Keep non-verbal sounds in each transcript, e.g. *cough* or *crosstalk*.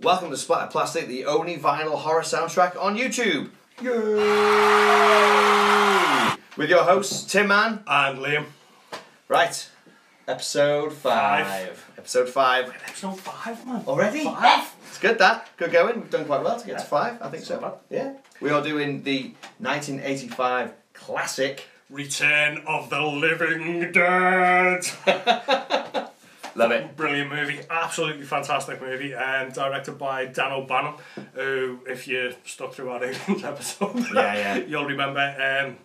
welcome to Splatter Plastic, the only vinyl horror soundtrack on YouTube. Yay! With your hosts, Tim Man. And Liam. Right, episode five. Episode five. Episode 5, man. Already? Five? It's good that. Good going. We've done quite well to get to five, I think It's so. not bad. Yeah. We are doing the 1985 classic Return of the Living Dead. Love it. Brilliant movie. Absolutely fantastic movie. And directed by Dan O'Bannon, who, if you stuck through our Aliens *laughs* episode, Yeah, yeah. *laughs* you'll remember, um,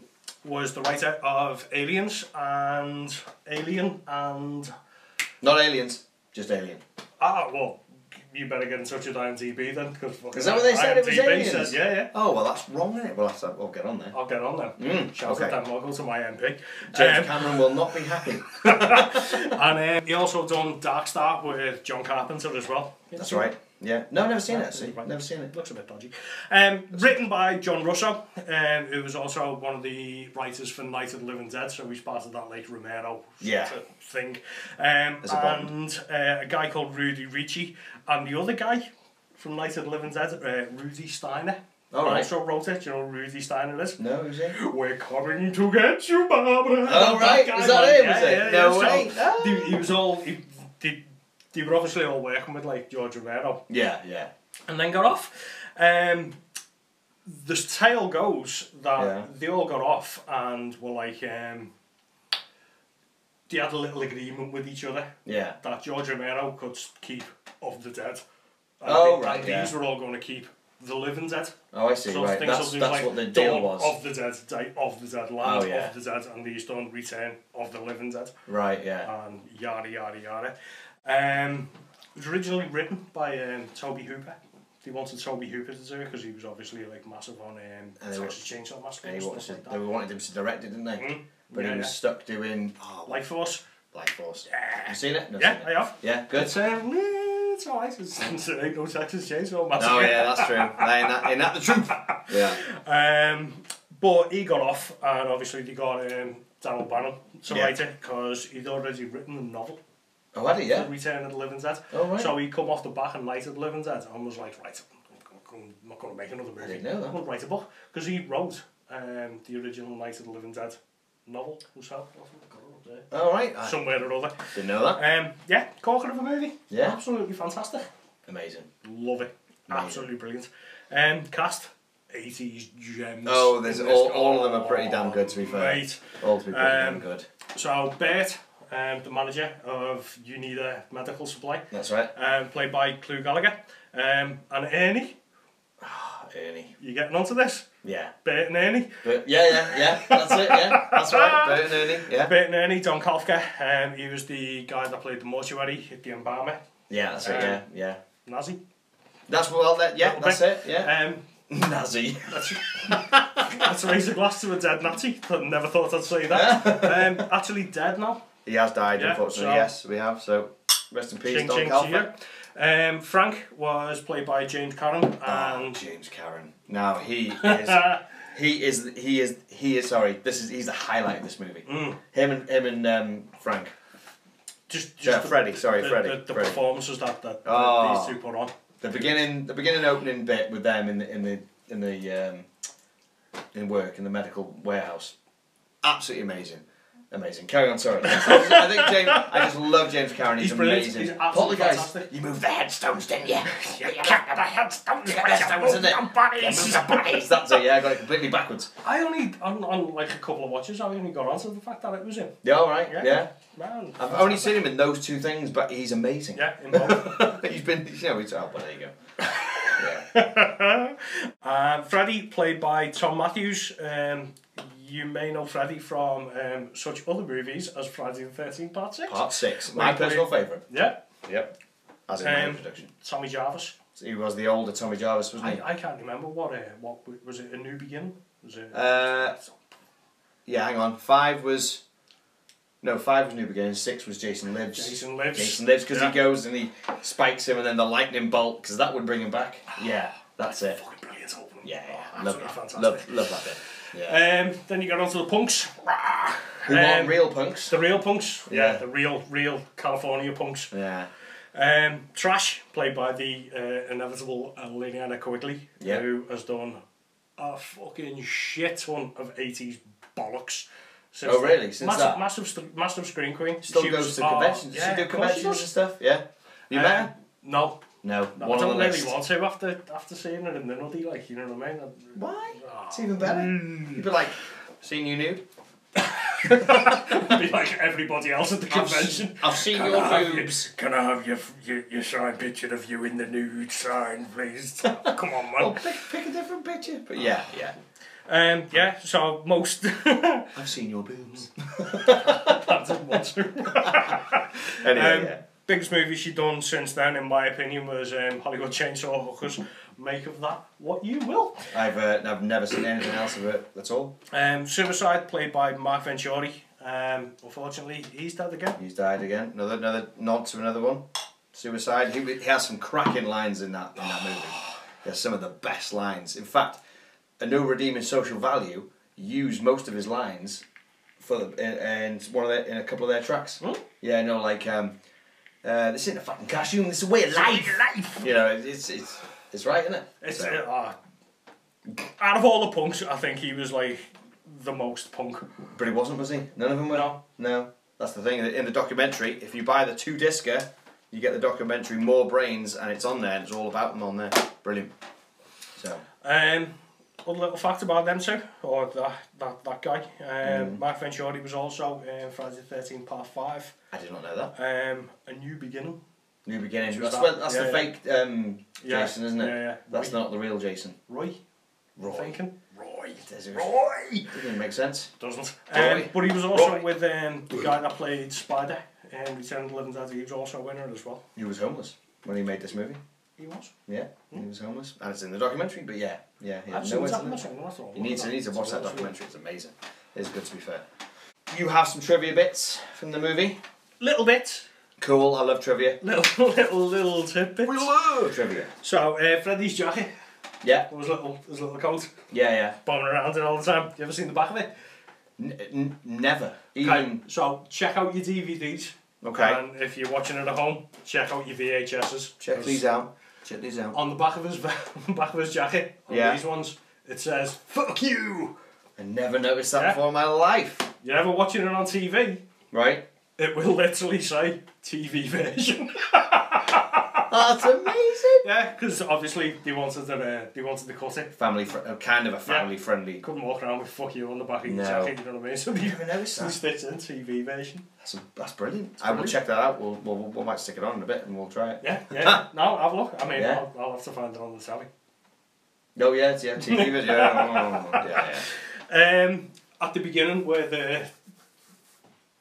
was the writer of Aliens and Alien and. Not aliens, just alien. Ah, well. You better get in touch with IMDb then, because Is that what they said? It was aliens? Says, yeah, yeah. Oh, well, that's wrong, is it? We'll have to we'll get on there. I'll get on then. Mm, Shout okay. out Dan Mogul to my MP. James Um, Cameron will not be happy. And um, he also done Dark Star with John Carpenter as well. That's right. Yeah. No, I've never seen it, actually. Right. Never seen it. Looks a bit dodgy. Um, written by John Russo, um, who was also one of the writers for Night of the Living Dead, so he's part of that late Romero Yeah. sort of thing. Um, As a Bond. and uh, a guy called Rudy Ricci, and the other guy from Night of the Living Dead, uh, Rudy Steiner. All right. Also wrote it. Do you know who Rudy Steiner is? No, who's it? We're coming to get you, Barbara. Oh, right. guy, Is that man. him, is it? No way. So, Ah. He, he was all. He, they, they were obviously all working with like George Romero, Yeah, yeah. and then got off. Um, the tale goes that Yeah. they all got off and were like, um, they had a little agreement with each other Yeah. that George Romero could s- keep of the dead. And Oh, they- right, and yeah. These were all going to keep the living dead. Oh, I see. So right. things That's, will do that's like what the deal Dawn was. Of the Dead, Day of the Dead, Land Oh, yeah. of the Dead, and these done Return of the Living Dead, Right, yeah. and yada yada yada. Um, it was originally written by um, Toby Hooper. They wanted Toby Hooper to do it because he was obviously like massive on um, And they Texas were- Chainsaw Massacre And he and wanted, stuff like to- that. they wanted him to direct it, didn't they? Mm, But yeah, he was yeah. stuck doing oh, Life Force. Life Force. You seen it? No, Yeah, seen I it. have. Yeah, good. It's, um, eh, it's alright. It's, *laughs* it's ain't no Texas Chainsaw Massacre. Oh yeah, that's *laughs* true. Ain't that, ain't that the truth? Yeah. Um, but he got off, and obviously they got um, Daryl Bannon to Yeah. write it because he'd already written a novel, Oh, had he? Yeah. The Return of the Living Dead. Oh, right. So he come off the back and Night of the Living Dead and was like, right, I'm, I'm not going to make another movie. didn't know that. I'm going to write a book because he wrote um, the original Night of the Living Dead novel himself. Oh, I've got it up there. All right. I Somewhere or other. didn't know that. Um, yeah, corker of a movie. Yeah. Absolutely fantastic. Amazing. Love it. Amazing. Absolutely brilliant. Um, cast. 80s gems. Oh, there's in all, this. all of them are pretty damn good. To be Oh, fair, mate. all to be pretty damn Um, good. So Bert, um, the manager of Unida Medical Supply, That's right. um, played by Clue Gallagher, um, and Ernie. Oh, Ernie. You getting onto this? Yeah. Bert and Ernie. But yeah, yeah, yeah. That's it. Yeah. That's right. Bert and Ernie. *laughs* Yeah. Bert and Ernie. Don Kafka. Um, he was the guy that played the mortuary, the embalmer, Yeah. That's Um, it. Yeah. Yeah. Nazi. That's well. That yeah. Little That's bit. it. *laughs* Yeah. Um, Nazi. that's, *laughs* that's raise a glass to a dead Nazi. Never thought I'd *laughs* say that. um, actually dead now. He has died, Yeah, unfortunately. so- Yes, we have. So rest in peace, Ching Don ching to Calvert. you. Um, Frank was played by James Carron, Ah, and James Karen. Now *laughs* he is. He is he is he is sorry. This is he's the highlight of this movie. Mm. Him and him and um, Frank. just, just Yeah, the- Freddie. Sorry, the, Freddie. the, the Freddie. performances that, that Oh. these two put on. The beginning, the beginning opening bit with them in the in the in the um, in work in the medical warehouse. Absolutely amazing, amazing. Carry on, *laughs* sorry. I think James. I just love James Karen. He's, He's brilliant. amazing. He's absolutely Poltergeist, fantastic. You moved the headstones, didn't you? *laughs* Yeah, yeah, yeah, the headstones, Yeah, headstones, isn't it? Yeah, bodies. That's it. Yeah, I got it completely backwards. I only on, on like a couple of watches. I only got onto the fact that it was him. Yeah, all right. Yeah. yeah. Man, I've only seen him in those two things, but he's amazing. yeah, in both. *laughs* he's been, you know, he's, oh, well, there you go. *laughs* uh, Freddie played by Tom Matthews. Um, you may know Freddie from um, such other movies as Friday the Thirteenth Part Six. Part six, my Wait, wait. personal favourite. Yeah, Yep. As in my Um, introduction. Tommy Jarvis. So he was the older Tommy Jarvis, wasn't I, he? I can't remember what uh, what w- was it a new beginning? Was it? Uh, yeah, hang on. Five was. No, five was New Beginning, six was Jason Lives. Jason Lives. Jason Lives, because Yeah. he goes and he spikes him and then the lightning bolt, because that would bring him back. Yeah, that's it. Ah, Fucking brilliant opening. Yeah, yeah. Oh, love, absolutely that. fantastic. love, love that bit. Yeah. Um, then you got onto the punks. Who aren't um, real punks? The real punks. Yeah, Yeah. the real, real California punks. Yeah. Um, Trash, played by the uh, inevitable Liliana Quigley, Yeah. who has done a fucking shit ton of 80s bollocks. Since Oh, then. really? Since massive, that? Massive, st- massive screen queen. Still She goes was- to oh, conventions. yeah, Does she do of course she conventions and does. stuff? Yeah. You Uh, met her? No, No. no one I on don't the really list. want to after, after seeing her in the nudie, like, you know what I mean? I- Why? Oh. It's even better. Hmm. You'd be like, seen you nude? be like everybody else at the convention. I've seen Can I your have your- boobs. Can I have your, your your signed picture of you in the nude sign, *laughs* please? Come on, Well, man. pick, pick a different picture. Ah. But yeah, yeah. Um, yeah. So most *laughs* I I've seen your boobs. didn't want to. Anyway, Um, yeah. Biggest movie she done since then, in my opinion, was um, Hollywood Chainsaw Hookers. Make of that what you will. I've, uh, I've never seen anything else of it at all. Um, Suicide, played by Mark Venturi. Um, unfortunately, he's dead again. He's died again. Another another nod to another one. Suicide. He, he has some cracking lines in that in that *sighs* movie. He has some of the best lines. In fact, a no redeeming social value used most of his lines for the, in, and one of their, in a couple of their tracks. Hmm? Yeah, no, like um, uh, this isn't a fucking costume. This is a way of life. life. You know, it- it's it's it's right, isn't it? It's So, uh, uh, out of all the punks, I think he was like the most punk. but he wasn't, was he? None of them were. No. No. That's the thing. In the documentary, if you buy the two discer, you get the documentary More Brains, and it's on there, and it's all about them on there. Brilliant. So. Um, other little fact about them two, or that that, that guy, Mm. um, Mark Venturi was also in Friday the 13th Part 5, I did not know that. um, A New Beginning. New beginning. Just That's, that. well, that's Yeah, the yeah. fake um, Yeah, Jason, isn't it? yeah, yeah. That's Roy. not the real Jason. Roy, Roy. thinking? Roy. There's a- Roy! Doesn't make sense. Doesn't. Um, Roy. but he was also Roy. with um, the guy that played Spider in Return of the Living Dead, he was also a winner as well. He was homeless when he made this movie. He was. Yeah, Hmm. he was homeless, and it's in the documentary. But yeah, yeah, he had Absolutely. nowhere to live. You need to you need to watch that documentary. It's amazing. It's good to be fair. You have some trivia bits from the movie. Little bit, *laughs* Cool. I love trivia. little, little, little tidbit. love trivia. So, uh, Freddy's jacket, Yeah, his little, his little coat, yeah, yeah. bombing around it all the time. You ever seen the back of it? N- n- never Okay, even. so check out your DVDs. Okay. And if you're watching it at home, check out your VHSs. Check these out. Check these out. On the back of his *laughs* back of his jacket, on Yeah. these ones, it says "fuck you." I never noticed that Yeah. before in my life. You're ever watching it on TV? Right. It will literally say TV version. *laughs* That's amazing. yeah, because obviously they wanted to uh, they wanted to cut it. Family, fr- uh, kind of a family friendly. Couldn't walk around with "fuck you" on the back of No. your jacket. You know what I mean? *laughs* So they Never noticed they that. stitched in TV version. That's, that's brilliant. I will check that out. We'll, we'll, we'll, we might stick it on in a bit and we'll try it. Yeah, yeah. no, have a look. I mean, Ah. Yeah. I'll, I'll have to find it on the telly. Oh yeah, it's, yeah, TV *laughs* video. yeah, yeah, yeah. Um, at the beginning, where the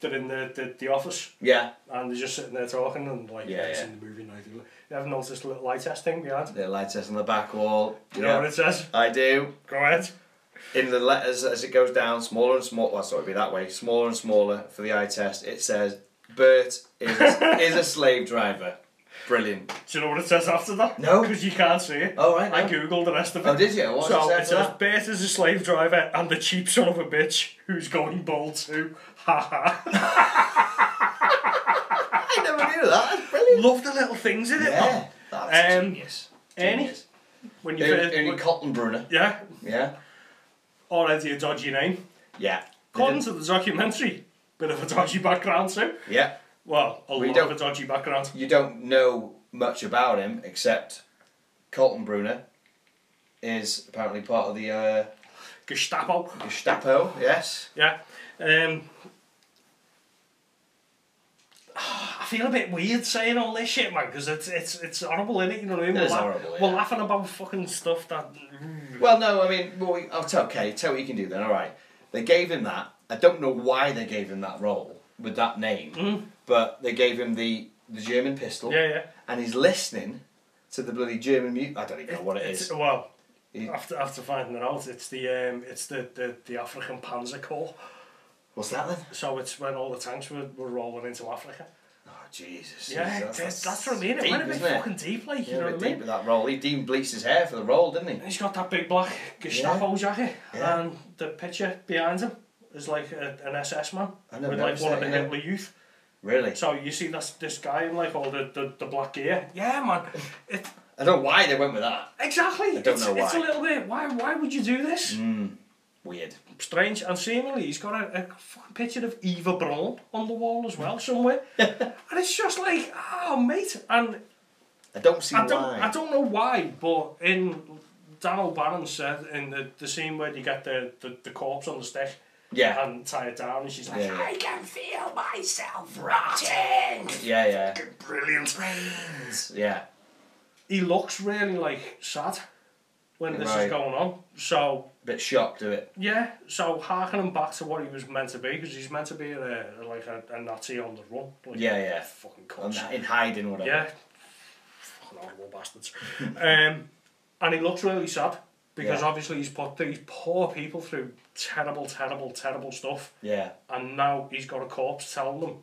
they're in the, the, the office Yeah, and they're just sitting there talking and like Yeah, it's yeah. in the movie night. You haven't noticed the little light test thing behind? the light says on the back wall. You know Yeah, what it says? I do. Go ahead. In the letters as it goes down, smaller and smaller. Well, sorry, it'd be that way. Smaller and smaller for the eye test. It says Bert is *laughs* a, is a slave driver. Brilliant. Do you know what it says after that? No. because you can't see it. All right. I no. googled the rest of it. Oh, did you? What so does it say it, after says that? Bert is a slave driver and a cheap son of a bitch who's going bald too. Ha ha. I never knew that. That's brilliant. Love the little things in it. Yeah, man. that's Um, genius. Ernie? Genius. When you Ernie, Ernie when- Cotton Bruner. yeah, Yeah. already a dodgy name. Yeah. They According did- to the documentary, bit of a dodgy background too. Yeah. Well, a We lot don't- of a dodgy background. You don't know much about him except Colton Bruner is apparently part of the uh, Gestapo. Gestapo. Yes. Yeah. Um, *sighs* I feel a bit weird saying all this shit, man, because it's it's it's horrible, is it? You know what I mean? It we're is horrible, We're yeah. laughing about fucking stuff that. Well, no, I mean, well, we, oh, it's okay. Tell what you can do then. All right. They gave him that. I don't know why they gave him that role with that name, but they gave him the the German pistol. Mm. Yeah, yeah. And he's listening to the bloody German music. I don't even know what it it's, is. Well, He- after after finding it out, it's the um, it's the, the the African Panzer Corps. What's that then? So it's when all the tanks were, were rolling into Africa. Oh Jesus! Yeah, Jesus, that's, that's, what I mean. It deep, went a bit isn't it? fucking deep, like Yeah, you know a what bit I mean. deep with that role. He even bleached his hair for the role, didn't he? He's got that big black Gestapo jacket, Yeah. and the picture behind him is like a, an SS man I never with like noticed one of the that, yeah. Hitler Youth. Really? So you see this this guy in like all the, the, the black gear. Yeah, man. It, I don't know why they went with that. exactly. don't it's, know It's a why. Mm. little bit. Why why would you do this? Weird. Strange and seemingly he's got a, a fucking picture of Eva Braun on the wall as *laughs* well somewhere, and it's just like oh mate, and I don't see I don't, why. I don't know why, but in Dan O'Bannon said in the, the scene where you get the, the, the corpse on the stick yeah. and tie it down, and she's like, Yeah, yeah. I can feel myself rotting. Yeah, yeah. Brilliant. Yeah. He looks really like sad when this Right. is going on. So A bit shocked at it. yeah, so harkening back to what he was meant to be, because he's meant to be a, like a, a Nazi on the run. Like, Yeah, yeah. Fucking On cunt. that, in hiding, whatever. Yeah. Fucking horrible bastards. um, and he looks really sad because Yeah. obviously he's put these poor people through terrible, terrible, terrible stuff, Yeah. and now he's got a corpse telling them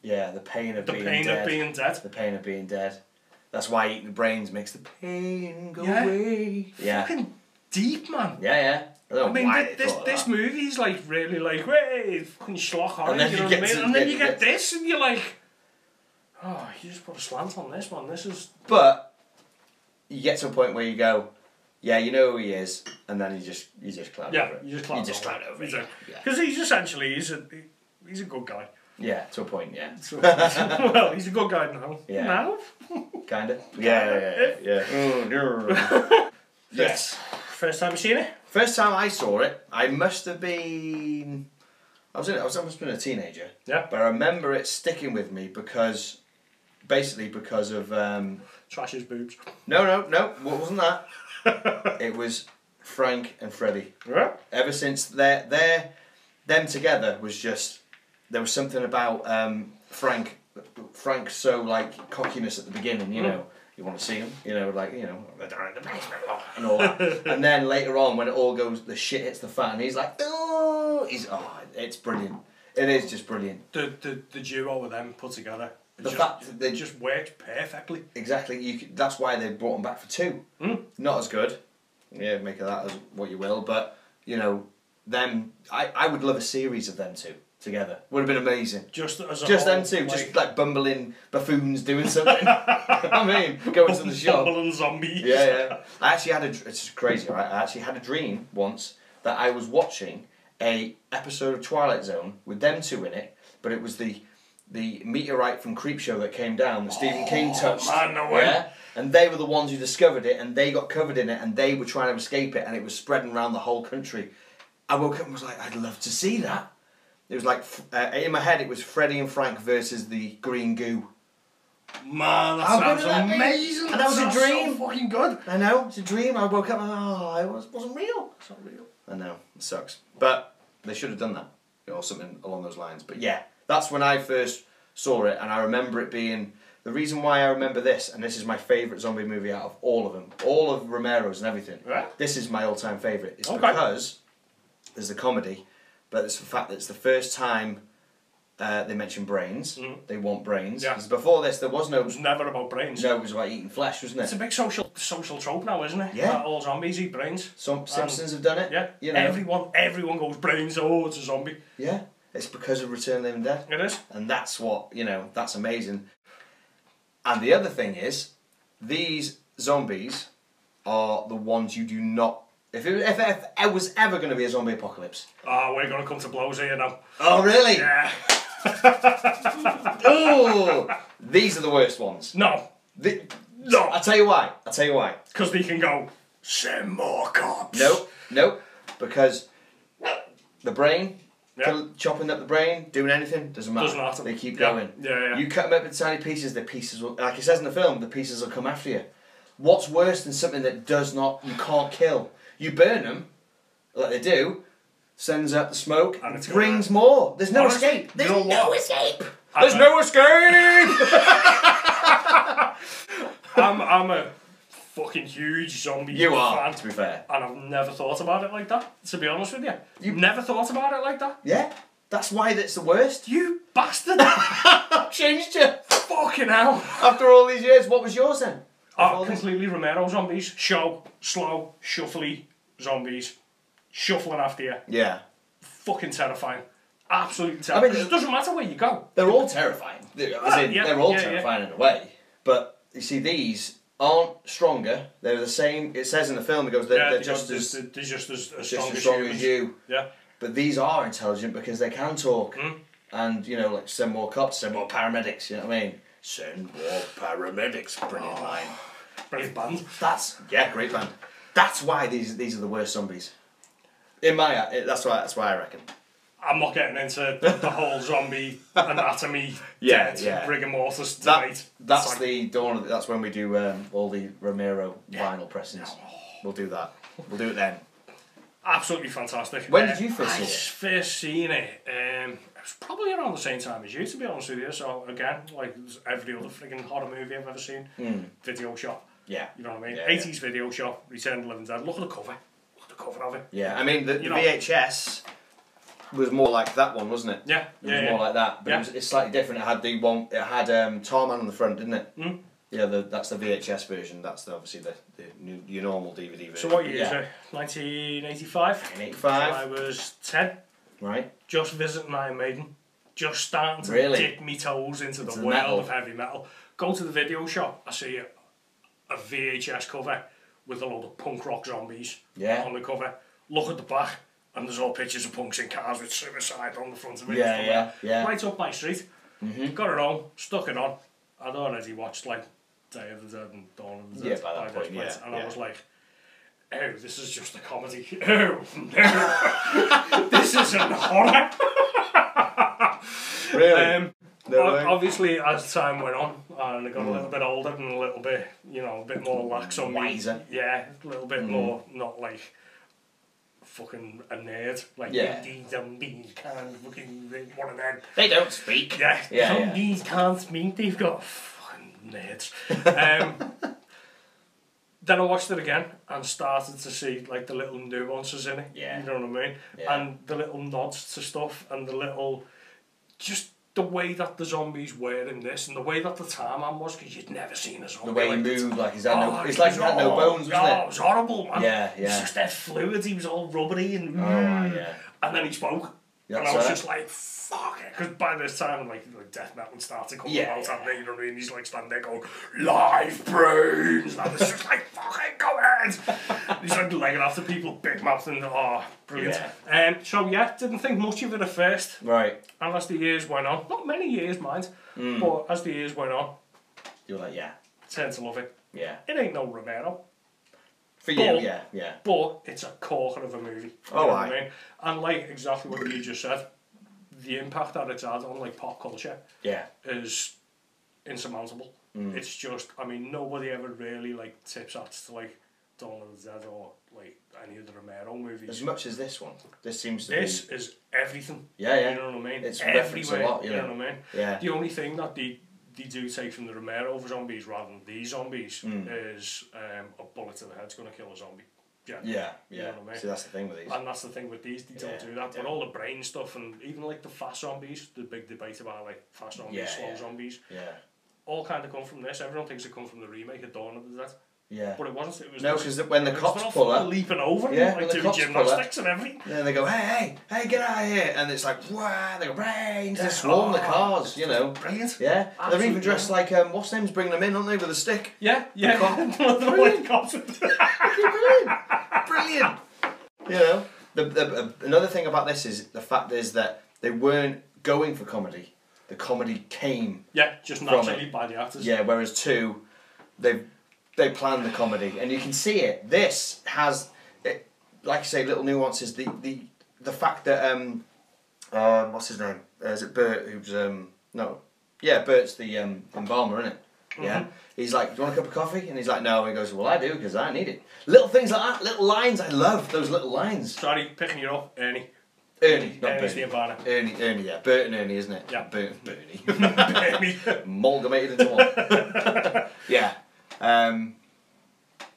Yeah. The pain of the being pain dead. of being dead. The pain of being dead. That's why eating the brains makes the pain go Yeah. away. Yeah. Fucking deep, man. Yeah, yeah. I don't I mean, know why thi- they this thought of this that. movie is like really like, hey, fucking schlock on, And then you you know what I get mean? to- And then yeah, you get yeah. this, and you're like, oh, you just put a slant on this one. This is But you get to a point where you go, yeah, you know who he is, and then you just you just cloud yeah, over it. you just clown you just cloud over it. Yeah. yeah. because he's essentially he's a he's a good guy. Yeah, to a point, yeah. *laughs* well, he's a good guy now. Yeah. Now? Kinda. Yeah, yeah, Oh, *laughs* yeah. yes. First time you seen it? First time I saw it, I must have been. I was, in, I was I must have been a teenager, Yeah. but I remember it sticking with me because, basically, because of um, Trash his boobs. no, no, no, what wasn't that? it was Frank and Freddie. Yeah. Ever since their their them together was just there was something about um, Frank Frank's so like cockiness at the beginning, you know. You want to see him, you know, like you know, they're down in the basement oh, and all that. and then later on, when it all goes, the shit hits the fan. He's like, oh, he's oh, it's brilliant. It is just brilliant. The, the, the duo of them put together. it The just, fact that they- it just worked perfectly. Exactly. You. c- That's why they brought him back for two. Mm. Not as good. Yeah, make of that as what you will. But you know, them. I, I would love a series of them two together. Would have been amazing. Just as a Just whole, them two, like, just like bumbling buffoons doing something. *laughs* I *laughs* mean, going to the shop. bumbling *laughs* zombies. Yeah, yeah. I actually had a. dr- It's crazy, right? I actually had a dream once that I was watching a episode of Twilight Zone with them two in it, but it was the the meteorite from Creepshow that came down that Stephen King touched. Oh, man, no way. Yeah. And they were the ones who discovered it, and they got covered in it, and they were trying to escape it, and it was spreading around the whole country. I woke up and was like, I'd love to see that. It was like, f- uh, in my head, it was Freddie and Frank versus the green goo. Man, that How good sounds would that be? amazing. And that was a sounds dream. So fucking good. I know, it's a dream. I woke up and, oh, it was, wasn't real. It's not real. I know, it sucks. But they should have done that, you know, or something along those lines. But yeah, that's when I first saw it, and I remember it being the reason why I remember this, and this is my favourite zombie movie out of all of them, all of Romero's and everything. Right. This is my all time favourite. It's Okay. because there's the comedy, but it's the fact that it's the first time. Uh, they mention brains. They want brains. Mm-hmm. Yeah. Because before this, there was no. It was never about brains. No, it was about eating flesh, wasn't It's a it? big social social trope now, isn't it? Yeah. That all zombies eat brains. Some Simpsons have done it. Yeah. You know. Everyone everyone goes brains. Oh, it's a zombie. Yeah. It's because of Return of the Living Dead. It is. and that's what you know that's amazing and the other thing is these zombies are the ones you do not if it, if, if it was ever going to be a zombie apocalypse Oh, we're gonna come to blows here now. oh really Yeah. oh these are the worst ones No. The- No. i'll tell you why i'll tell you why Because they can go, send more cops. no no because the brain Yeah. kill- chopping up the brain doing anything doesn't matter, Doesn't matter. they keep Yeah. going Yeah, yeah. you cut them up into tiny pieces the pieces will like it says in the film the pieces will come after you what's worse than something that does not you can't kill you burn them like they do sends out the smoke And it's brings more there's no Honestly, escape there's you know no what? escape I- there's no *laughs* escape *laughs* I'm, I'm a fucking huge zombie you are fan. to be fair And I've never thought about it like that, to be honest with you. You- You've never thought about it like that? yeah that's why that's the worst You *laughs* bastard! i've changed you fucking hell! after all these years what was yours then Oh, all this- completely Romero zombies. Show, slow, shuffly zombies. Shuffling after you. yeah Fucking terrifying. absolutely I terrible. mean, 'Cause it doesn't matter where you go. They're all terrifying. They're, as Ah, in, yeah, they're all yeah, yeah. terrifying in a way. But you see, these aren't stronger. They're the same. It says in the film, it goes, they're, yeah, they're just, as, they're, they're just as, as strong just as as, strong humans. as you. Yeah, But these are intelligent because they can talk. Hmm. And, you know, like send more cops, send more paramedics, you know what I mean? Send more paramedics, Ah. brilliant line. brilliant band. That's, yeah, great man. That's why these these are the worst zombies. In my, eye, that's why that's why I reckon. I'm not getting into the whole zombie anatomy. Yeah, dead yeah. Rigor mortis That, debate. that's It's like, the dawn. Of, that's when we do um, all the Romero vinyl pressings. Oh. We'll do that. We'll do it then. absolutely fantastic. Uh, When did you first see I it? first seen it. Um, it was probably around the same time as you, to be honest with you. So again, like every other frigging horror movie I've ever seen, video shop. Yeah. You know what I mean? Hmm. Yeah, 80s video shop, Return of the Living Dead. Look at the cover. Look at the cover of it. Yeah, I mean the, the You know- VHS was more like that one, wasn't it? Yeah, It was yeah, more yeah. like that, but Yeah. it was, it's slightly different. It had the one. It had um, Tarman on the front, didn't it? Hmm? Mm. Yeah, the, that's the VHS version. That's the, obviously the, the new, your normal DVD version. So what year is yeah. it? 1985? 1985. I was 10, Right. just visiting Iron Maiden, just starting to Really? dip my toes into the Into the world metal. of heavy metal. Go to the video shop, I see a, a VHS cover with a load of punk rock zombies Yeah. on the cover. Look at the back, and there's all pictures of punks in cars with suicide on the front of it. Yeah, It's yeah, like, yeah. Mm-hmm. Right up my street. Got it on, stuck it on. I'd already watched like Day of the Dead and Dawn of the Yeah, Dead by that this point, yeah, and yeah. I was like, oh, this is just a comedy. *laughs* Oh, no. *laughs* this is an horror. Really. Mm. Um, No o- way. obviously, as time went on, and I got a little bit older and a little bit, you know, a bit more lax on me. Wiser. Yeah, a little bit Mm. more, not like fucking a nerd. Like, Yeah. these zombies can't fucking, they- one of them. they don't speak. Yeah, Yeah, yeah. zombies can't speak, they've got fucking *laughs* nerds. Um, then I watched it again and started to see like the little nuances in it. Yeah. You know what I mean? Yeah. And the little nods to stuff and the little just the way that the zombies were in this and the way that the Tarman was because you'd never seen a zombie. The way he like this. moved, like he's had no, Oh, it's like he had no oh, bones, wasn't oh, it? was horrible, man. Yeah, It's yeah. just their fluid, he was all rubbery and. it? Oh, yeah. And then he spoke. Yeah, and I so was that- just like, fuck it. Because by this time, like, like death metal started coming Yeah, out, yeah. and they, you know what I mean? He's like standing there going, live brains. And I was just like, fucking go ahead. He's like legging after people, big mouth, and oh, brilliant. Um, so, yeah, didn't think much of it at first. Right. And as the years went on, not many years, mind, Hmm. but as the years went on, You're like, yeah, turned to love it. yeah. It ain't no Romero. For you, But- yeah, yeah. But it's a corker of a movie. You Oh, know what aye. I mean? And like exactly what you just said, the impact that it's had on like pop culture Yeah. is insurmountable. Mm. It's just, I mean, nobody ever really like tips at to like Dawn of the Dead or like any of the Romero As movies. much as this one, this seems to This be. is everything. Yeah, yeah. You know what I mean? It's referenced a everywhere. lot, you know. know what I mean? Yeah. The only thing that they, they do take from the Romero zombies rather than these zombies is um, a bullet to the head's going to kill a zombie. Yeah. Mm. Yeah, You know yeah. what I mean? See, that's the thing with these. And that's the thing with these, they Yeah, don't do that. yeah. But all the brain stuff and even like the fast zombies, the big debate about like fast zombies, Yeah, slow yeah. zombies, Yeah. all kind of come from this. Everyone thinks it come from the remake of Dawn of the Dead, Yeah. but it wasn't. It was No, this- 'cause when the it was cops all pull fucking up- leaping over, Yeah, yeah, when like the doing cops pull up- gymnastics and everything. And then they go, hey, hey, hey, get out of here. And it's like, wow, they go, brains. They swarm the Oh, cars, you know. Brilliant. Yeah. They're even Absolutely. dressed like, um, what's name's bringing them in, aren't they, with a stick? Yeah, yeah. cop. *laughs* The white cops. *laughs* Brilliant. Brilliant. You know, the, the, uh, another thing about this is the fact is that they weren't going for comedy. The comedy came Yeah, just it. naturally by the actors. Yeah, whereas two, they they plan the comedy, and you can see it. This has, it, like you say, little nuances. The the the fact that um, um what's his name? Uh, is it Bert? Who's um no, yeah, Bert's the um embalmer, isn't it? Mm-hmm. Yeah, he's like, "Do you want a cup of coffee?" And he's like, "No." And he goes, "Well, I do because I need it." Little things like that, little lines. I love those little lines. Sorry, picking you up, Ernie. Ernie, not Ernie's the Bernie. Havana. Ernie, Ernie, yeah, Bert and Ernie, isn't it? Yeah. Bert, Bernie. *laughs* Ernie. amalgamated into one. *laughs* yeah. Um,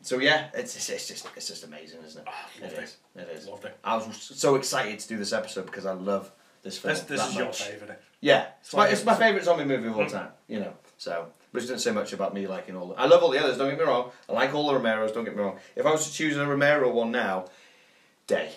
so yeah, it's, it's it's just it's just amazing, isn't it? Ah, loved it is. It is. Loved it. I was so excited to do this episode because I love this film. This, this that is your much. favourite. Yeah, it's my, like- it's my favourite zombie movie of all Hmm. time. You know, so which doesn't say much about me liking all. The, I love all the others. Don't get me wrong. I like all the Romero's. Don't get me wrong. If I was to choose a Romero one now, Day.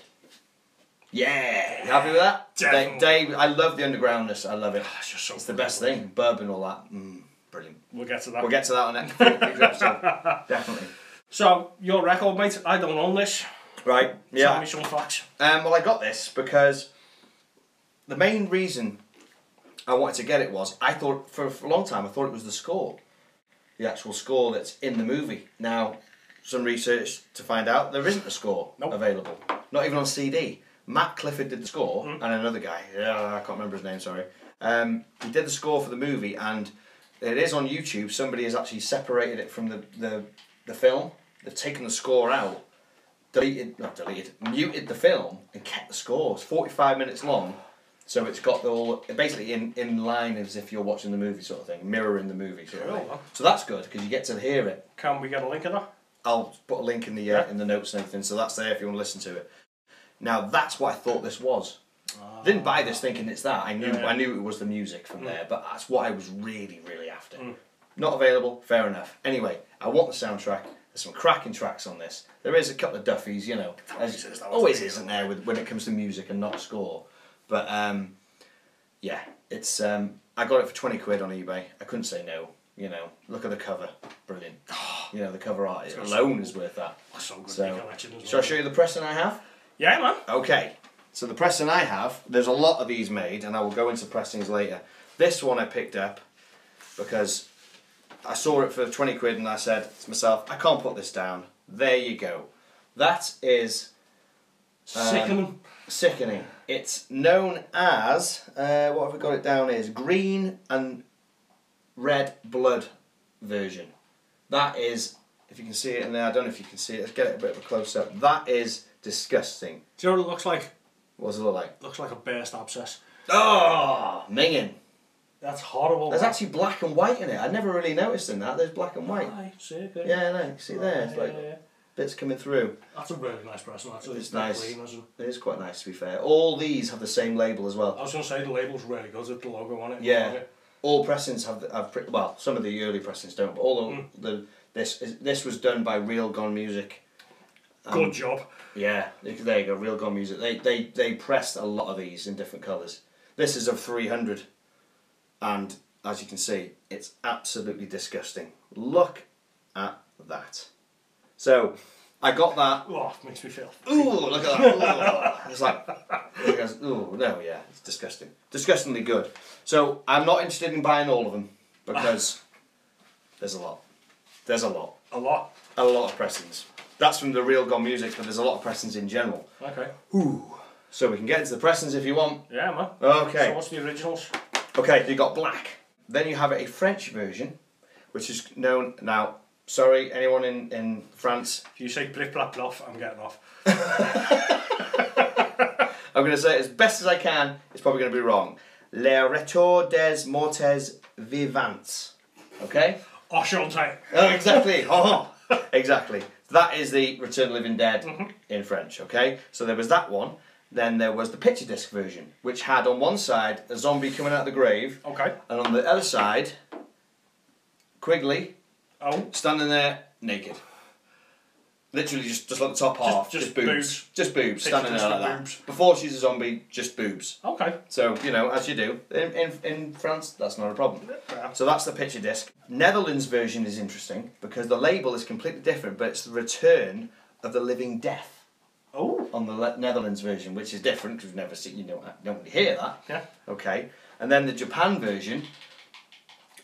Yeah, you happy with that? Definitely. Dave, Dave, I love the undergroundness. I love it. That's just so It's the best thing. Bourbon, all that. Mm, *laughs* brilliant. We'll get to that. We'll get to that on that *laughs* episode. Definitely. so, your record, mate, I don't own this. Right. Tell Yeah. me some facts. Um, well, I got this because the main reason I wanted to get it was I thought for, for a long time I thought it was the score, the actual score that's in the movie. Now, some research to find out there isn't a score Nope. available, not even on CD. Matt Clifford did the score, and another guy, yeah, I can't remember his name. Sorry, um, he did the score for the movie, and it is on YouTube. Somebody has actually separated it from the the, the film. They've taken the score out deleted, not deleted, muted the film and kept the score. It's 45 minutes long, so it's got the all basically in, in line as if you're watching the movie sort of thing, mirroring the movie sort of Cool. thing. So that's good because you get to hear it. Can we get a link of that? I'll put a link in the uh, in the notes and everything, so that's there if you want to listen to it. Now that's what I thought this was. Didn't buy this thinking it's that. I knew Ah. Yeah, Mm. yeah. I knew it was the music from there, but that's what I was really really after. Mm. Not available, fair enough. Anyway, I want the soundtrack. There's some cracking tracks on this. There is a couple of Duffies, you know, as is, that was always the- isn't there with, when it comes to music and not score. But um, yeah, it's um, I got it for twenty quid on eBay. I couldn't say no. You know, look at the cover, brilliant. You know, the cover art Ah. got alone is worth that. That's so good. So, Um, big election as shall I well. show you the pressing I have? Yeah, man. Okay. So the pressing I have, there's a lot of these made, and I will go into pressings later. This one I picked up because I saw it for 20 quid and I said to myself, I can't put this down. There you go. That is Sickening. sickening. It's known as, uh, what have we got it down is, green and red blood version. That is, if you can see it in there, I don't know if you can see it, let's get it a bit of a close up. That is disgusting. Do you know what it looks like? What does it look like? looks like a burst abscess. Oh, minging. That's horrible. There's actually black and white in it. I never really noticed in that. There's black and white. Aye, see it there. Yeah, no, you can see there. It's Yeah, like yeah, yeah. bits coming through. That's a really nice person, actually. It's nice. Clean, isn't it? It is quite nice to be fair. All these have the same label as I well. was going to say the label's really good with the logo on it. Yeah. All pressings have have pre- well, some of the early pressings don't, but all the, the this is, this was done by Real Gone Music. um, Good job. Yeah, there you go. Real Gone Music. They they they pressed a lot of these in different colours. This is of three hundred, and as you can see, it's absolutely disgusting. Look at that. So, I got that. Oh, makes me feel. Ooh, look at *laughs* that. Ooh. It's like, it goes, ooh, no, yeah, it's disgusting. Disgustingly good. So, I'm not interested in buying all of them *laughs* because there's a lot. There's a lot. A lot. A lot of pressings. That's from the Real Gone Music, but there's a lot of pressings in general. Okay. Ooh. So we can get into the pressings if you want. Yeah, man. Okay. So what's the originals? Okay, you got black. Then you have a French version, which is known now. Sorry, anyone in, in France, If you say Brit Brat Ploff, I'm getting off. I'm going to say it as best as I can. It's probably going to be wrong. Le Retour des Mortes Vivants. Okay. *laughs* Oh, Sean Tate. Oh, *laughs* exactly. Oh, exactly. That is the Return of the Living Dead Mm-hmm. in French, okay? So there was that one. Then there was the picture disc version, which had on one side a zombie coming out of the grave, Okay. and on the other side, Quigley Oh, standing there naked. Literally just, just like the top half, just, just boobs. boobs. Just boobs, Picture standing disc there like with that. boobs. Before she's a zombie, just boobs. okay. So, you know, as you do. In, in, in France, that's not a problem. So that's the picture disc. Netherlands version is interesting because the label is completely different, but it's the return of the living death Oh, on the Le- Netherlands version, which is different. 'cause We've never seen, you don't, don't really hear that. yeah. Okay. And then the Japan version,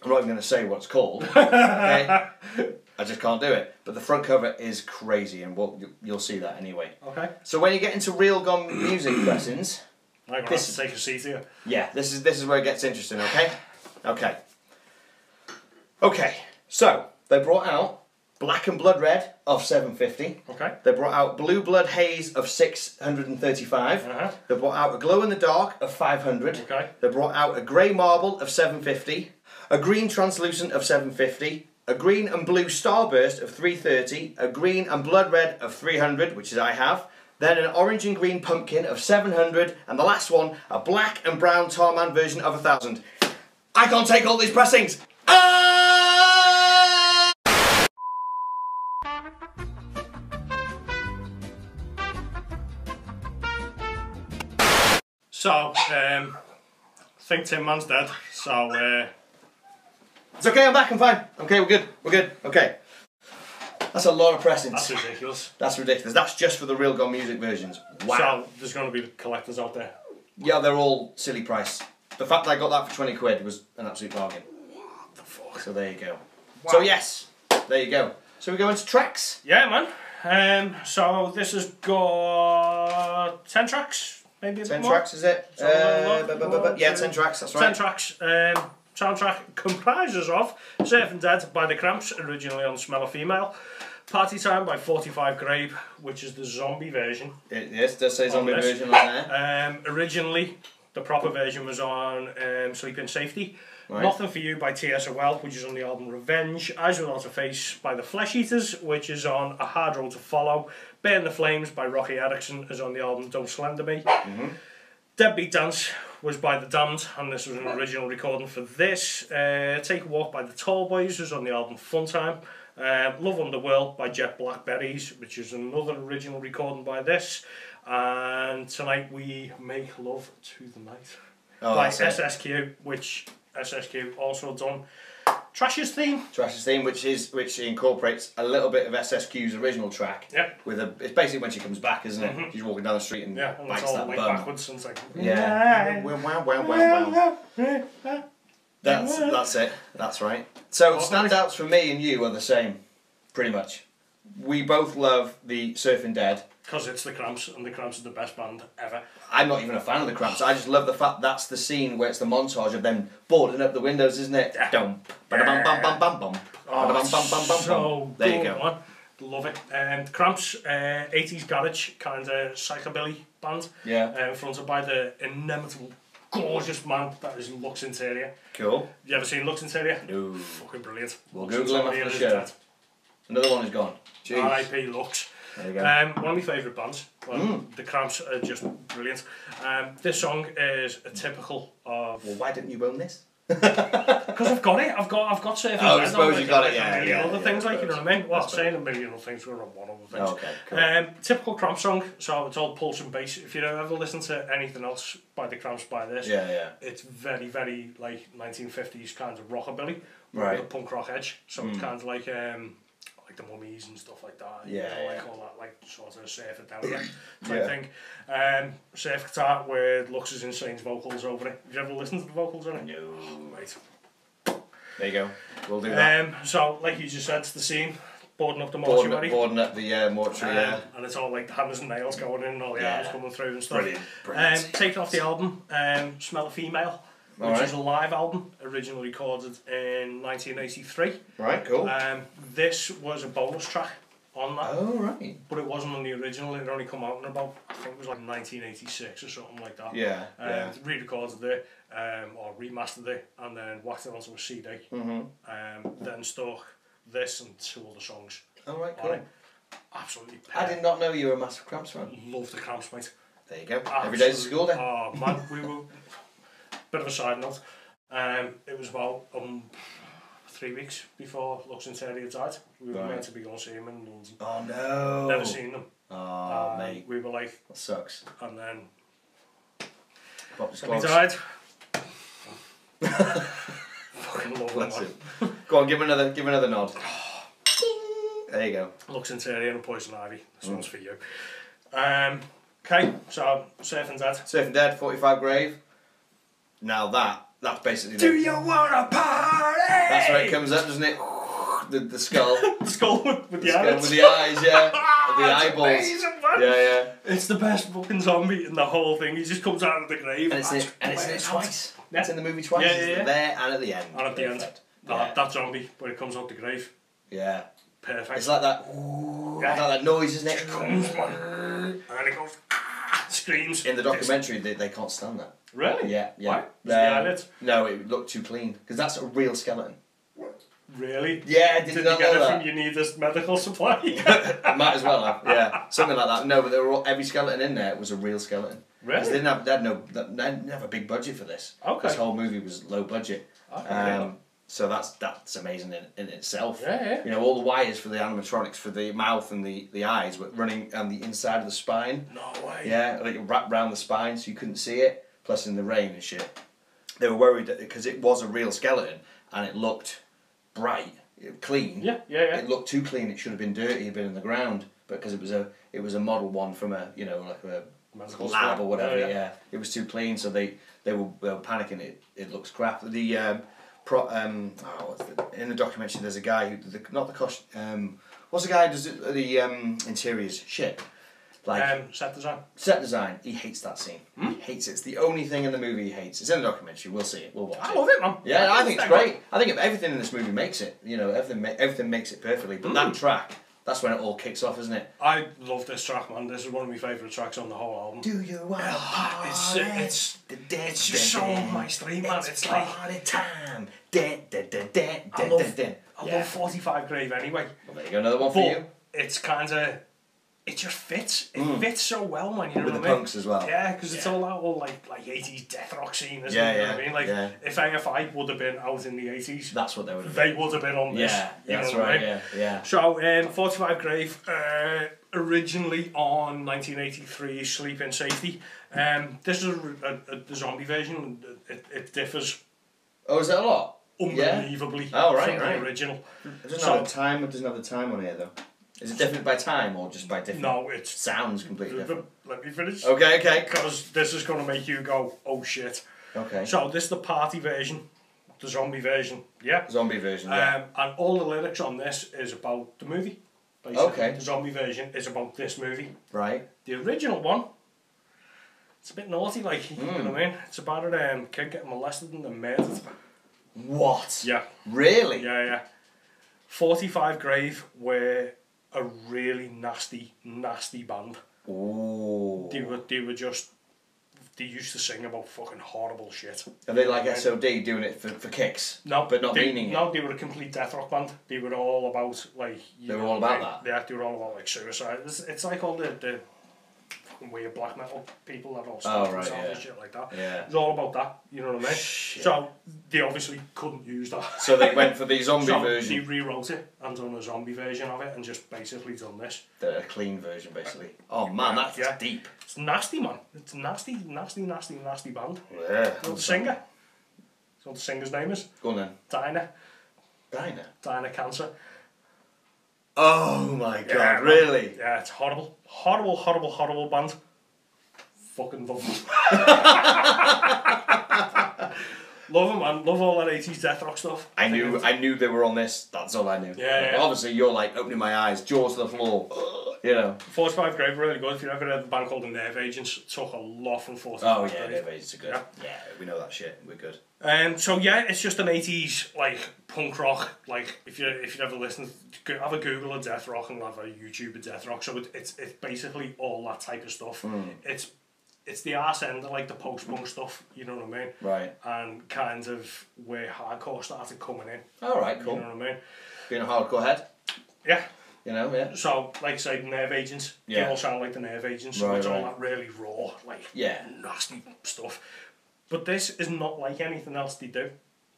I'm not even going to say what it's called. okay. I just can't do it. But the front cover is crazy, and we'll, you- you'll see that anyway. Okay. So when you get into real gone music lessons, I'm going to have This- to take a seat here. yeah, this is this is where it gets interesting, okay? Okay. Okay. So they brought out Black and Blood Red of 750. Okay. They brought out Blue Blood Haze of 635. Uh-huh. They brought out a Glow in the Dark of 500. Okay. They brought out a Grey Marble of 750, a Green Translucent of 750, a Green and Blue Starburst of 330, a Green and Blood Red of 300, which is I have, then an Orange and Green Pumpkin of 700, and the last one, a Black and Brown Tarman version of 1000. I can't take all these pressings! Ah! So, um, I think Tin Man's dead. So, uh, It's okay, I'm back, I'm fine. Okay, we're good, we're good, okay. That's a lot of pressings. that's That's, ridiculous. ridiculous. That's just for the Real Gone Music versions. Wow. So, there's going to be collectors out there. yeah, they're all silly price. The fact that I got that for 20 quid was an absolute bargain. What the fuck? So there you go. So, yes, there you go. So we go into tracks. Yeah, man. Um, so, this has got 10 tracks, maybe a bit 10 more. tracks, is it? So Uh, one, bu- bu- one, bu- bu- yeah, two, 10 tracks, that's 10 right. tracks. Um, soundtrack comprises of Surf and Dead by The Cramps, originally on Smell of Female, Party Time by 45 Grape, which is the zombie version. It, yes, does say zombie this. version on *laughs* there. Um, originally, the proper version was on um, Sleep in Safety. Right. Nothing for You by TSOL, which is on the album Revenge. Eyes Without a Face by The Flesh Eaters, which is on A Hard Road to Follow. Burn the Flames by Rocky Erickson is on the album Don't Slander Me. Deadbeat Dance was by The Damned, and this was an original recording for this. Uh, Take a Walk by The Tall Boys was on the album Fun Time. Um, Love on the World by Jet Blackberries, which is another original recording by this. And tonight we make love to the night Oh, by that's it. SSQ, which SSQ also done. Trash's theme. Trash's theme, which is which incorporates a little bit of SSQ's original track. Yeah. With a, it's basically when she comes back, isn't it? She's walking down the street and Mm-hmm. Yeah, and it's bites all that the way bum. backwards. And it's like, Yeah. Wow, wow, wow, wow, wow. That's that's it. That's right. So standouts for me and you are the same, pretty much. We both love the Surfing Dead. Because it's the Cramps, and the Cramps are the best band ever. I'm not even a fan of the Cramps. I just love the fact that's the scene where it's the montage of them boarding up the windows, isn't it? Yeah. Dum, ba-da-bum, bum, bum, bum, bum. Oh, Ba-da-bum, it's bum, bum, bum, so bum. There you good, go. man. Love it. Um, the Cramps, uh, 80s garage kind of psychobilly band. Yeah. Uh, fronted by the inimitable, gorgeous man that is Lux Interior. Cool. You ever seen Lux Interior? No. Fucking brilliant. We'll Lux Google him after Interior the is show. dead. Another one is gone. Jeez. R.I.P. Lux. There you go. Mm. Um, one of my favourite bands. Well, The Cramps are just brilliant. Um, this song is a typical of well, why didn't you own this? because I've got it. I've got I've got surfing. Oh, I Dead on suppose it, you got like it, yeah, A million yeah, other yeah, things I like you know suppose. what I mean. Well, I I'm saying a million other things. We're on one other things. Okay, cool. Um, typical Cramps song. So it's all pulse and bass. If you don't ever listen to anything else by the Cramps, by this, Yeah, yeah. it's very very like 1950s kind of rockabilly Right. Hmm. with a punk rock edge so it's kind of like um like the mummies and stuff like that you Yeah, know, like yeah. all that like sort of *coughs* psychedelia Yeah. type thing um surf guitar with Lux's insane vocals over it have you ever listened to the vocals on it No. right There you go. We'll do that. um so like you just said it's the scene boarding up the boarding, up, mortuary boarding up the uh, mortuary. um, yeah. and it's all like the hammers and nails going in and all the Yeah. arms coming through and stuff. Brilliant, brilliant. Um, taken off the album, um, Smell of Female, which Alright. is a live album, originally recorded in 1983. Right, cool. Um, this was a bonus track on that, oh, right. but it wasn't on the original, it had only come out in about, I think it was like 1986 or something like that. Yeah, Um, yeah. Re-recorded it, um, or remastered it, and then whacked it onto a CD. Mm-hmm. Um, then stuck this and two other songs All right, on cool. it. Absolutely I did not know you were a massive Cramps fan. Love the Cramps, mate. There you go. Every day's a school day. Oh man, *laughs* we were bit of a side note. Um, it was about um three weeks before Lux and Terry had died. We were Right. meant to be going to see him in London. Oh, no. Never seen them. Oh, Um, mate. We were like, That sucks. and then Pop his when he clothes. *laughs* died. Fucking love him, Bless man. him. *laughs* Go on, give him another, give him another *gasps* nod. there you go. Lux and Terry and Poison Ivy. This Mm. one's for you. Um, okay, so Surf and Dead. Surfing Dead, 45 Grave. Now that, that's basically... Do the- you want a party? That's where it comes up, doesn't it? The, the *laughs* skull. The skull with, with the, The skull eyes. with the eyes, *laughs* yeah. Ah, the it's eyeballs. amazing, man. Yeah, yeah. It's the best fucking zombie in the whole thing. He just comes out of the grave. And it's, in it, and it's in it That's- twice. Yeah. It's in the movie twice. Yeah, isn't yeah, it? yeah. There and at the end. And at the end, Ah, Perfect. that, Yeah. that zombie when it comes out the grave, Yeah. perfect. It's like that. Ooh, it's like that noise, isn't it? comes man, and it goes ah, screams. In the documentary, they, they can't stand that. Really? Yeah, yeah. Why? Is it the Um, eyelids? no, it looked too clean because that's a real skeleton. Really? Yeah, I did, Did you not get know it from that. you need this *laughs* medical supply? Might as well have. Yeah, something like that. No, but they were all, every skeleton in there was a real skeleton. 'Cause They Really? didn't have, they had no, they didn't have a big budget for this. Okay. This whole movie was low budget. Okay. Um, so that's that's amazing in, in itself. Yeah, yeah. You know, all the wires for the animatronics for the mouth and the, the eyes were running on the inside of the spine. no way. Yeah, like wrapped round the spine so you couldn't see it. plus in the rain and shit. They were worried that because it was a real skeleton and it looked bright, clean. Yeah, yeah, yeah. It looked too clean. It should have been dirty. Had been in the ground, but because it was a it was a model one from a you know like a Medical lab swab. or whatever. Oh, yeah. yeah. it was too clean, so they they were, they were panicking. It it looks crap. The um, pro um oh, what's the, in the documentary there's a guy who the, not the cost um what's the guy who does it, the um interiors shit like Um, set design. set design. He hates that scene. Hmm? He hates it. It's the only thing in the movie he hates. It's in the documentary. We'll see it. We'll watch I it. love it, man. Yeah, I think it's that great. I think if everything in this movie makes it. You know, everything ma- everything makes it perfectly. But Hmm. that track, that's when it all kicks off, isn't it? I love this track, man. This is one of my favourite tracks on the whole album. Do you want Ah, it's- it's- the dead it's just so my stream, man. It's like- party time. Dead, dead, dead, dead, I dead, love, dead, dead. I Yeah. love 45 Grave anyway. Well, there you go, another one for you. But it's kind of. It just fits. It fits so well, man. You know Mm. With what the I mean? punks as well. Yeah, because it's all that all like like eighties death rock scene, isn't Yeah, it? You know yeah, what I mean, like yeah. if AFI would have been out in the eighties, That's what they would have been. they would have been on this. Yeah, you know that's what I right, mean? yeah, yeah. So, um, 45 Grave, uh, originally on 1983 Sleep in Safety. Um, this is a, a, a- the zombie version, it, it differs Oh, is that a lot? Yeah. unbelievably Oh, right, from right. the original. It doesn't So- have a time, it doesn't have the time on here, though. Is it different by time or just by different? No, it's. Sounds completely different. Let me finish. Okay, okay. Because this is going to make you go, oh shit. Okay. So, this is the party version, the zombie version, yeah. Zombie version, yeah. Um, and all the lyrics on this is about the movie. Basically. Okay. The zombie version is about this movie. right. The original one, it's a bit naughty, like, you Hmm. know what I mean? It's about a um, kid getting molested and then murdered. What? Yeah, Really? yeah, yeah. 45 Grave were a really nasty, nasty band. Ooh. They were, they were just, they used to sing about fucking horrible shit. Are they like SOD doing it for, for kicks? No, But not they, meaning No, they were a complete death rock band. They were all about like. You They were all about like- Yeah, they were all about like suicide. It's, it's like all the, the fucking weird black metal people that all start Oh, right, themselves and yeah. shit like that. Yeah. It's all about that. You know what I mean? Shit. So they obviously couldn't use that. So they went for the zombie *laughs* So they version. rewrote it and done a zombie version of it and just basically done this. The clean version, basically. Oh man, that's Yeah. deep. It's nasty, man. It's nasty, nasty, nasty, nasty band. Yeah. You know what the singer? You know what the singer's name is? Go on then. Dinah. Diner. Dinah Cancer. Oh my god, Yeah, man. really? Yeah, it's horrible. Horrible, horrible, horrible band. Fucking love them. *laughs* love them, man. Love all that 80s death rock stuff. I think knew it's- I knew they were on this, that's all I knew. Yeah, yeah. Obviously you're like opening my eyes, jaws to the floor. You know. 45 Grave were really good. If you've ever heard the band called The Nerve Agents, it took a lot from 45 Oh yeah, Grave. they're it's good. Yeah. yeah, we know that shit. We're good. Um, so yeah, it's just an 80s like punk rock. Like if you if you ever listen, go- have a Google of death rock and have a YouTube of death rock. So it, it's it's basically all that type of stuff. Hmm. It's it's the arse end of like the post punk stuff. You know what I mean? Right. And kind of where hardcore started coming in. Alright, cool. You know what I mean? Being a hardcore head, Yeah. you know, yeah. So like I say, the Nerve Agents. They Yeah. all sound like the Nerve Agents. So Right, it's all right. that really raw, like Yeah. nasty stuff. But this is not like anything else they do.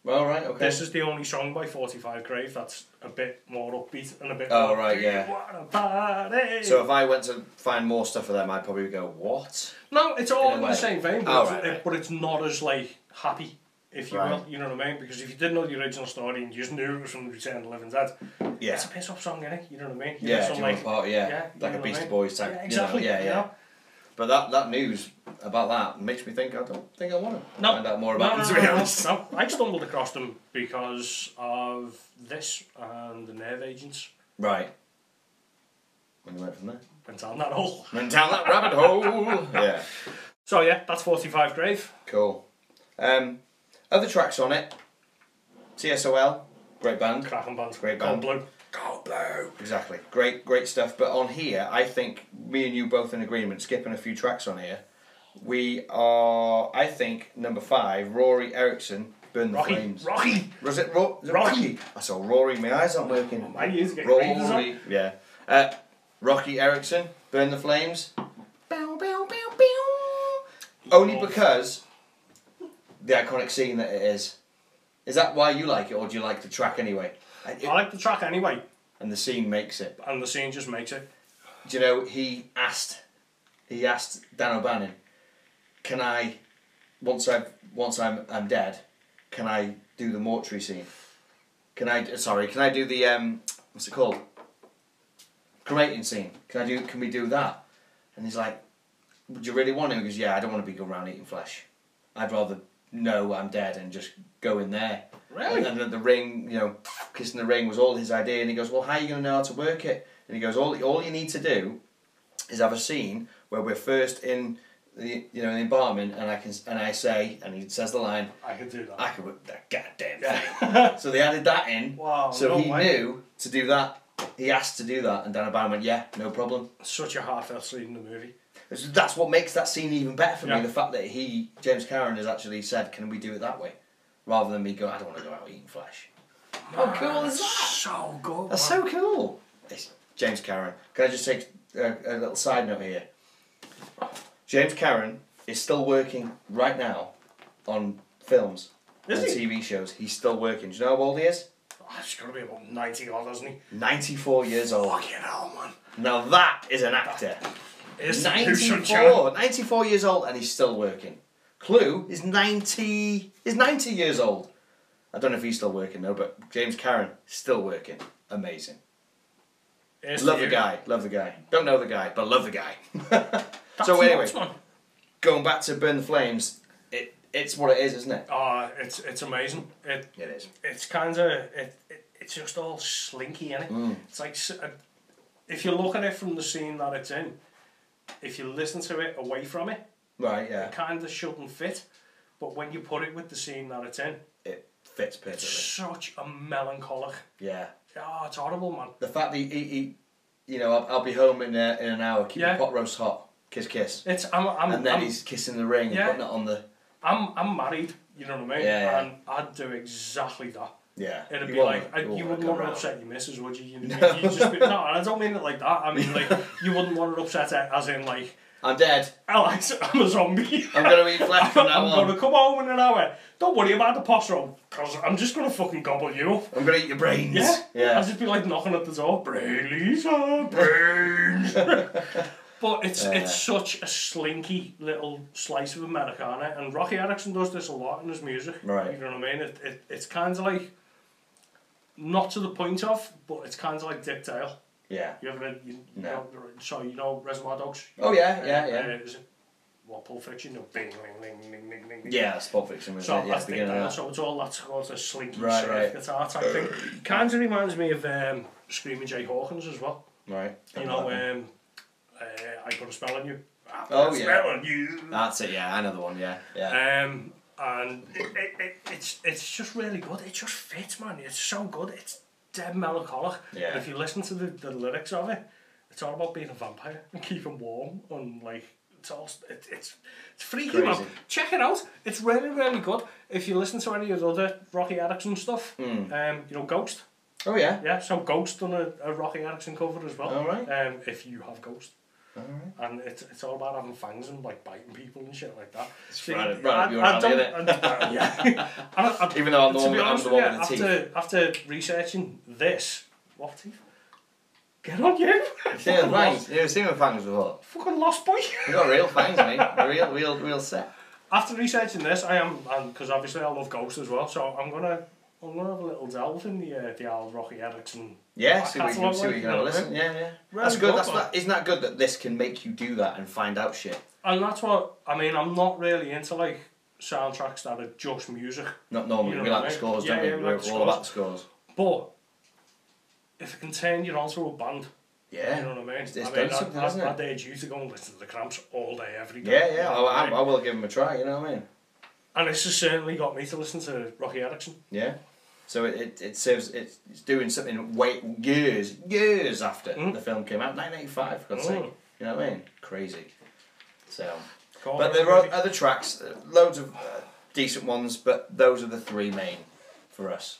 All right, okay. This is the only song by 45 Grave that's a bit more upbeat and a bit Oh, more. right, "Do yeah. you wanna party?" So if I went to find more stuff for them, I'd probably go, "What?" no, it's all In a in, the way. same vein, but, Oh, it's, right, right. but it's not as like happy, if you Right. will. You know what I mean? Because if you didn't know the original story and you just knew it was from Return of the Living Dead, Yeah, it's a piss up song, innit? You know what I mean? You know, yeah, so do you want a part? Yeah, you like know a what I Beastie mean? Boys type. Yeah, You exactly. know, yeah, you yeah. know? But that that news about that makes me think I don't think I want to No. find out more No, about no, them. no, to be no, honest. no. I stumbled across them because of this and the Nerve Agents. Right. When you went from there, Went down that hole. went down that rabbit *laughs* hole. Yeah, So yeah, that's 45 Grave. cool. Um, other tracks on it. TSOL, great band. Cracking band. Great band. Gold Blue. Gold Blue. Exactly. Great, great stuff. But on here, I think me and you both in agreement, skipping a few tracks on here. We are, I think, number five, Rory Erickson, Burn the Rocky. Flames. Rocky. Was it, Ro- is it Rocky. Oh Rocky? I saw Rory, my eyes aren't working. My ears are getting razors Rory. Yeah. Uh, Rocky Erickson, Burn the Flames. Bow, bow, bow, bow. Only because the iconic scene that it is. Is that why you like it, or do you like the track anyway? And it- I like the track anyway, and the scene makes it. and the scene just makes it. Do you know he asked he asked Dan O'Bannon, "Can I once I once I'm I'm dead, can I do the mortuary scene? Can I sorry? Can I do the um what's it called? Cremating scene. Can I do? Can we do that? And he's like, Would you really want to? He goes, Yeah, I don't want to be going around eating flesh. I'd rather know I'm dead and just go in there. Really? And then the ring, you know, kissing the ring was all his idea. And he goes, Well, how are you going to know how to work it? And he goes, All all you need to do is have a scene where we're first in the you know in the embalming, and I can and I say, and he says the line, I could do that. I can work that goddamn thing. *laughs* so they added that in. Wow, So no he way. knew to do that. He asked to do that, and Dan O'Bannon went, "Yeah, no problem." Such a heartfelt scene in the movie. It's- That's what makes that scene even better for Yeah. me. The fact that he, James Cameron, has actually said, "Can we do it that way?" Rather than me go, "I don't want to go out eating flesh." How cool is that? So good. That's man. so cool. It's James Cameron. Can I just take a, a little side note here? James Cameron is still working right now on films Is and he? TV shows. He's still working. Do you know how old he is? Oh, he's got to be about 90 odd, hasn't he? 94 years old. Fucking hell, man. Now that is an actor. It's 94, 94 years old and he's still working. Clue is 90 is 90 years old. I don't know if he's still working though, but James Cameron still working. Amazing. Love the guy. Love the guy. Don't know the guy, but love the *laughs* guy. so anyway, going back to burn the flames, it it's what it is, isn't it? Oh, it's, it's amazing. It, It is. it's kind of it, it, it's just all slinky in it. Mm. It's like s- uh, if you look at it from the scene that it's in, if you listen to it away from it, Right. Yeah. it kind of shouldn't fit. But when you put it with the scene that it's in, It fits perfectly. such a melancholic. Yeah. Oh, it's horrible, man. The fact that he, he you know, I'll, I'll be home in uh, in an hour. Keep Yeah. the pot roast hot. Kiss, kiss. It's I'm I'm And then I'm, he's kissing the ring Yeah. and putting it on the. I'm I'm married. You know what I mean? Yeah, yeah. And I'd do exactly that. Yeah. It'd You Oh be won't- like I, you won't wouldn't go want to round. upset your missus, would you? You'd, you'd just be, no, and I don't mean it like that. I *laughs* mean like you wouldn't want to upset her, as in like I'm dead. Alex, *laughs* I'm a zombie. I'm *laughs* gonna eat flesh from now I'm on. gonna come home in an hour. Don't worry about the postro, cause I'm just gonna fucking gobble you up. I'm gonna eat your brains. Yeah? I'll Yeah. just be like knocking at the door, brain Lisa, brains. but it's it's such a slinky little slice of Americana, and Rocky Erickson does this a lot in his music. Right. You know what I mean? It, it it's kind of like not to the point of, but it's kind of like Dick Dale. Yeah. You ever read? You, you No. know, so you know Reservoir Dogs. Oh, yeah, yeah, Uh, yeah. uh, is it what Pulp Fiction? No, bing, ling, ling, ling, ling, ling, ling. Yeah. That's Pulp Fiction, So wasn't it? Yeah. that's Dick Beginning Dale. of that. So it's all that sort of slinky Right, surf right. guitar type thing. Kind of reminds me of um, Screaming Jay Hawkins as well. Right. You know, um, uh, I got a spell on you. I put Oh, a yeah. spell on you. That's it. Yeah. Another one. Yeah. Yeah. Um, and it, it, it, it's it's just really good. It just fits, man. It's so good. It's dead melancholic. Yeah. And if you listen to the, the lyrics of it, it's all about being a vampire and keeping warm and like it's all it, it's it's freaky, man. Crazy. Check it out. It's really really good. If you listen to any of the other Rocky Erickson stuff, Hmm. um, you know Ghost. oh yeah. Yeah, so Ghost done a, a Rocky Erickson cover as well. All right. Um, if you have Ghost. All right. And it's, it's all about having fangs and like biting people and shit like that. See, right up- right I- up your I alley, don't- isn't *laughs* I- yeah. And I- I- Even though I'm the to one be with- I'm honest the with one you, with the after, after researching this, what teeth? Get on you! *laughs* Yeah, fucking, right. lost, You've seen my fangs before. fucking lost boy. You've got real fangs, mate. *laughs* Real, real, real set. *laughs* after researching this, I am because obviously I love Ghost as well, so I'm gonna I'm gonna have a little delve in the uh, the old Rocky Erickson. Yeah, back see what you can, catalogue, see what like, you can have a know what I mean? listen. Yeah, yeah. Really That's good. good That's one. that, isn't that good that this can make you do that and find out shit? And that's what I mean. I'm not really into like soundtracks that are just music, Not normally. You know we what like the I mean? scores, Yeah, don't we? yeah, we We're like the all about the scores. but if it can turn you onto a band, Yeah. you know what I mean. It's, it's I done mean, something, I, hasn't I, I it? dare you to go and listen to the Cramps all day, every day. Yeah, you yeah. know what I, I, mean? I will give them a try. You know what I mean? and this has certainly got me to listen to Rocky Erickson. Yeah. So it, it, it serves it's, it's doing something way years years after the film came out, 1985. For God's sake, Mm. you know what I mean? Crazy. So. Call But it there Rocky. are other tracks, uh, loads of uh, decent ones, but those are the three main for us.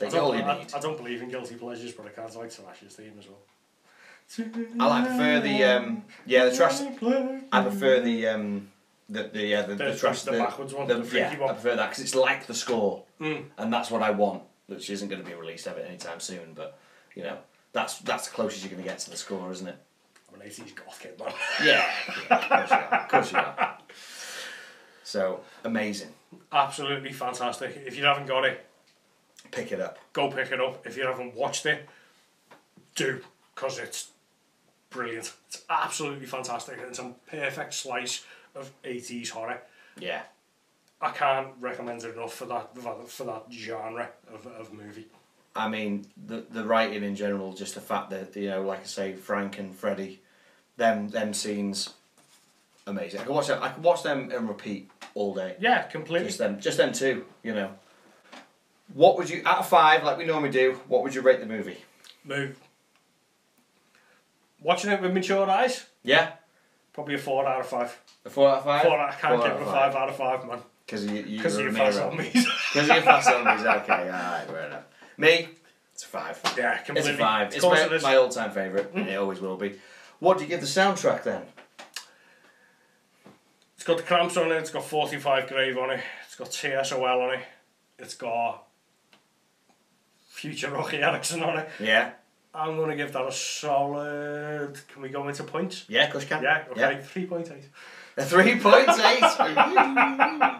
I That's don't, all you I, need. I don't believe in guilty pleasures, but I kind of like Slash's theme as well. I like prefer the um, yeah the trash. I Trash. prefer the um, the the yeah the, the, The- trash the backwards one, the freaky yeah, one. Mm. I prefer that because it's like the score, and that's what I want, which isn't going to be released ever anytime soon. But you know that's that's the closest you're going to get to the score, isn't it? I'm an 80s goth kid, man. *laughs* Yeah, yeah of course you are. Of course you are. So amazing. Absolutely fantastic. If you haven't got it, Pick it up. go pick it up. If you haven't watched it, do because it's brilliant. It's absolutely fantastic. It's a perfect slice of 80s horror. Yeah. I can't recommend it enough for that for that genre of, of movie. I mean, the the writing in general, just the fact that you know, like I say, Frank and Freddie, them them scenes, amazing. I can watch that. I can watch them and repeat all day. Yeah, completely. Just them, just them two. You know. What would you out of five, like we normally do? What would you rate the movie? Move. Watching it with mature eyes, Yeah, probably a four out of five. a four out of five. Four out, I can't Four give it a five out of five, man. Because you, you Because were you Romero. fast on me. *laughs* Because you're fast on me. Okay, all right, fair enough. Me, it's a five. Yeah, It's completely. a five. Of It's course my, it is. Mm-hmm. my all-time favorite, and it always will be. What do you give the soundtrack then? It's got the cramps on it, it's got 45 Grave on it, it's got TSOL on it, it's got future Rocky Erickson on it. Yeah, I'm going to give that a solid. Can we go into points? yeah, Kush can. Yeah, okay, 3.8. A three point *laughs* eight.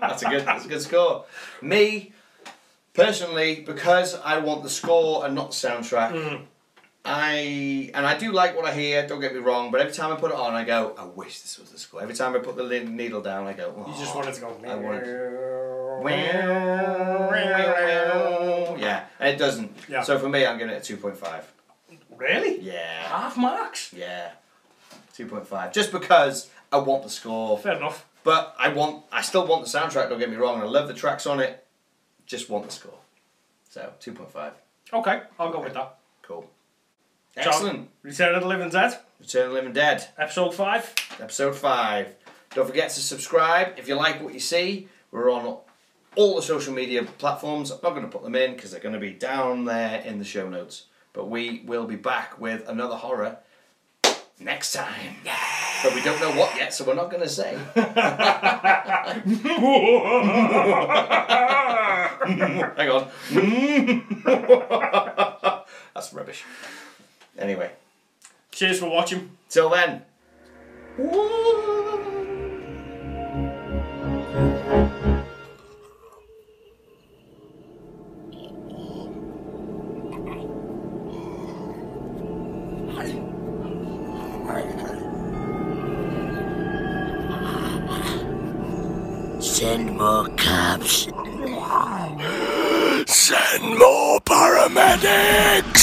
that's a good. That's a good score. Me, personally, because I want the score and not the soundtrack. Hmm. I and I do like what I hear. Don't get me wrong, but every time I put it on, I go, I wish this was the score. Every time I put the li- needle down, I go. Oh, You just wanted to go. I wanted. Yeah, and it doesn't. Yeah. So for me, I'm giving it a two point five. Really? Yeah, Half marks? yeah, two point five. Just because I want the score. Fair enough. But I want, I still want the soundtrack. Don't get me wrong. I love the tracks on it. Just want the score. So two point five. Okay, I'll go with that. Cool. So, Excellent. Return of the Living Dead, Return of the Living Dead, episode 5. episode five. Don't forget to subscribe if you like what you see. We're on all the social media platforms. I'm not going to put them in because they're going to be down there in the show notes. But we will be back with another horror next time. Yeah. But we don't know what yet, so we're not going to say. Hang on. *laughs* That's rubbish. Anyway, Cheers for watching. till then. Send more cops. Send more paramedics.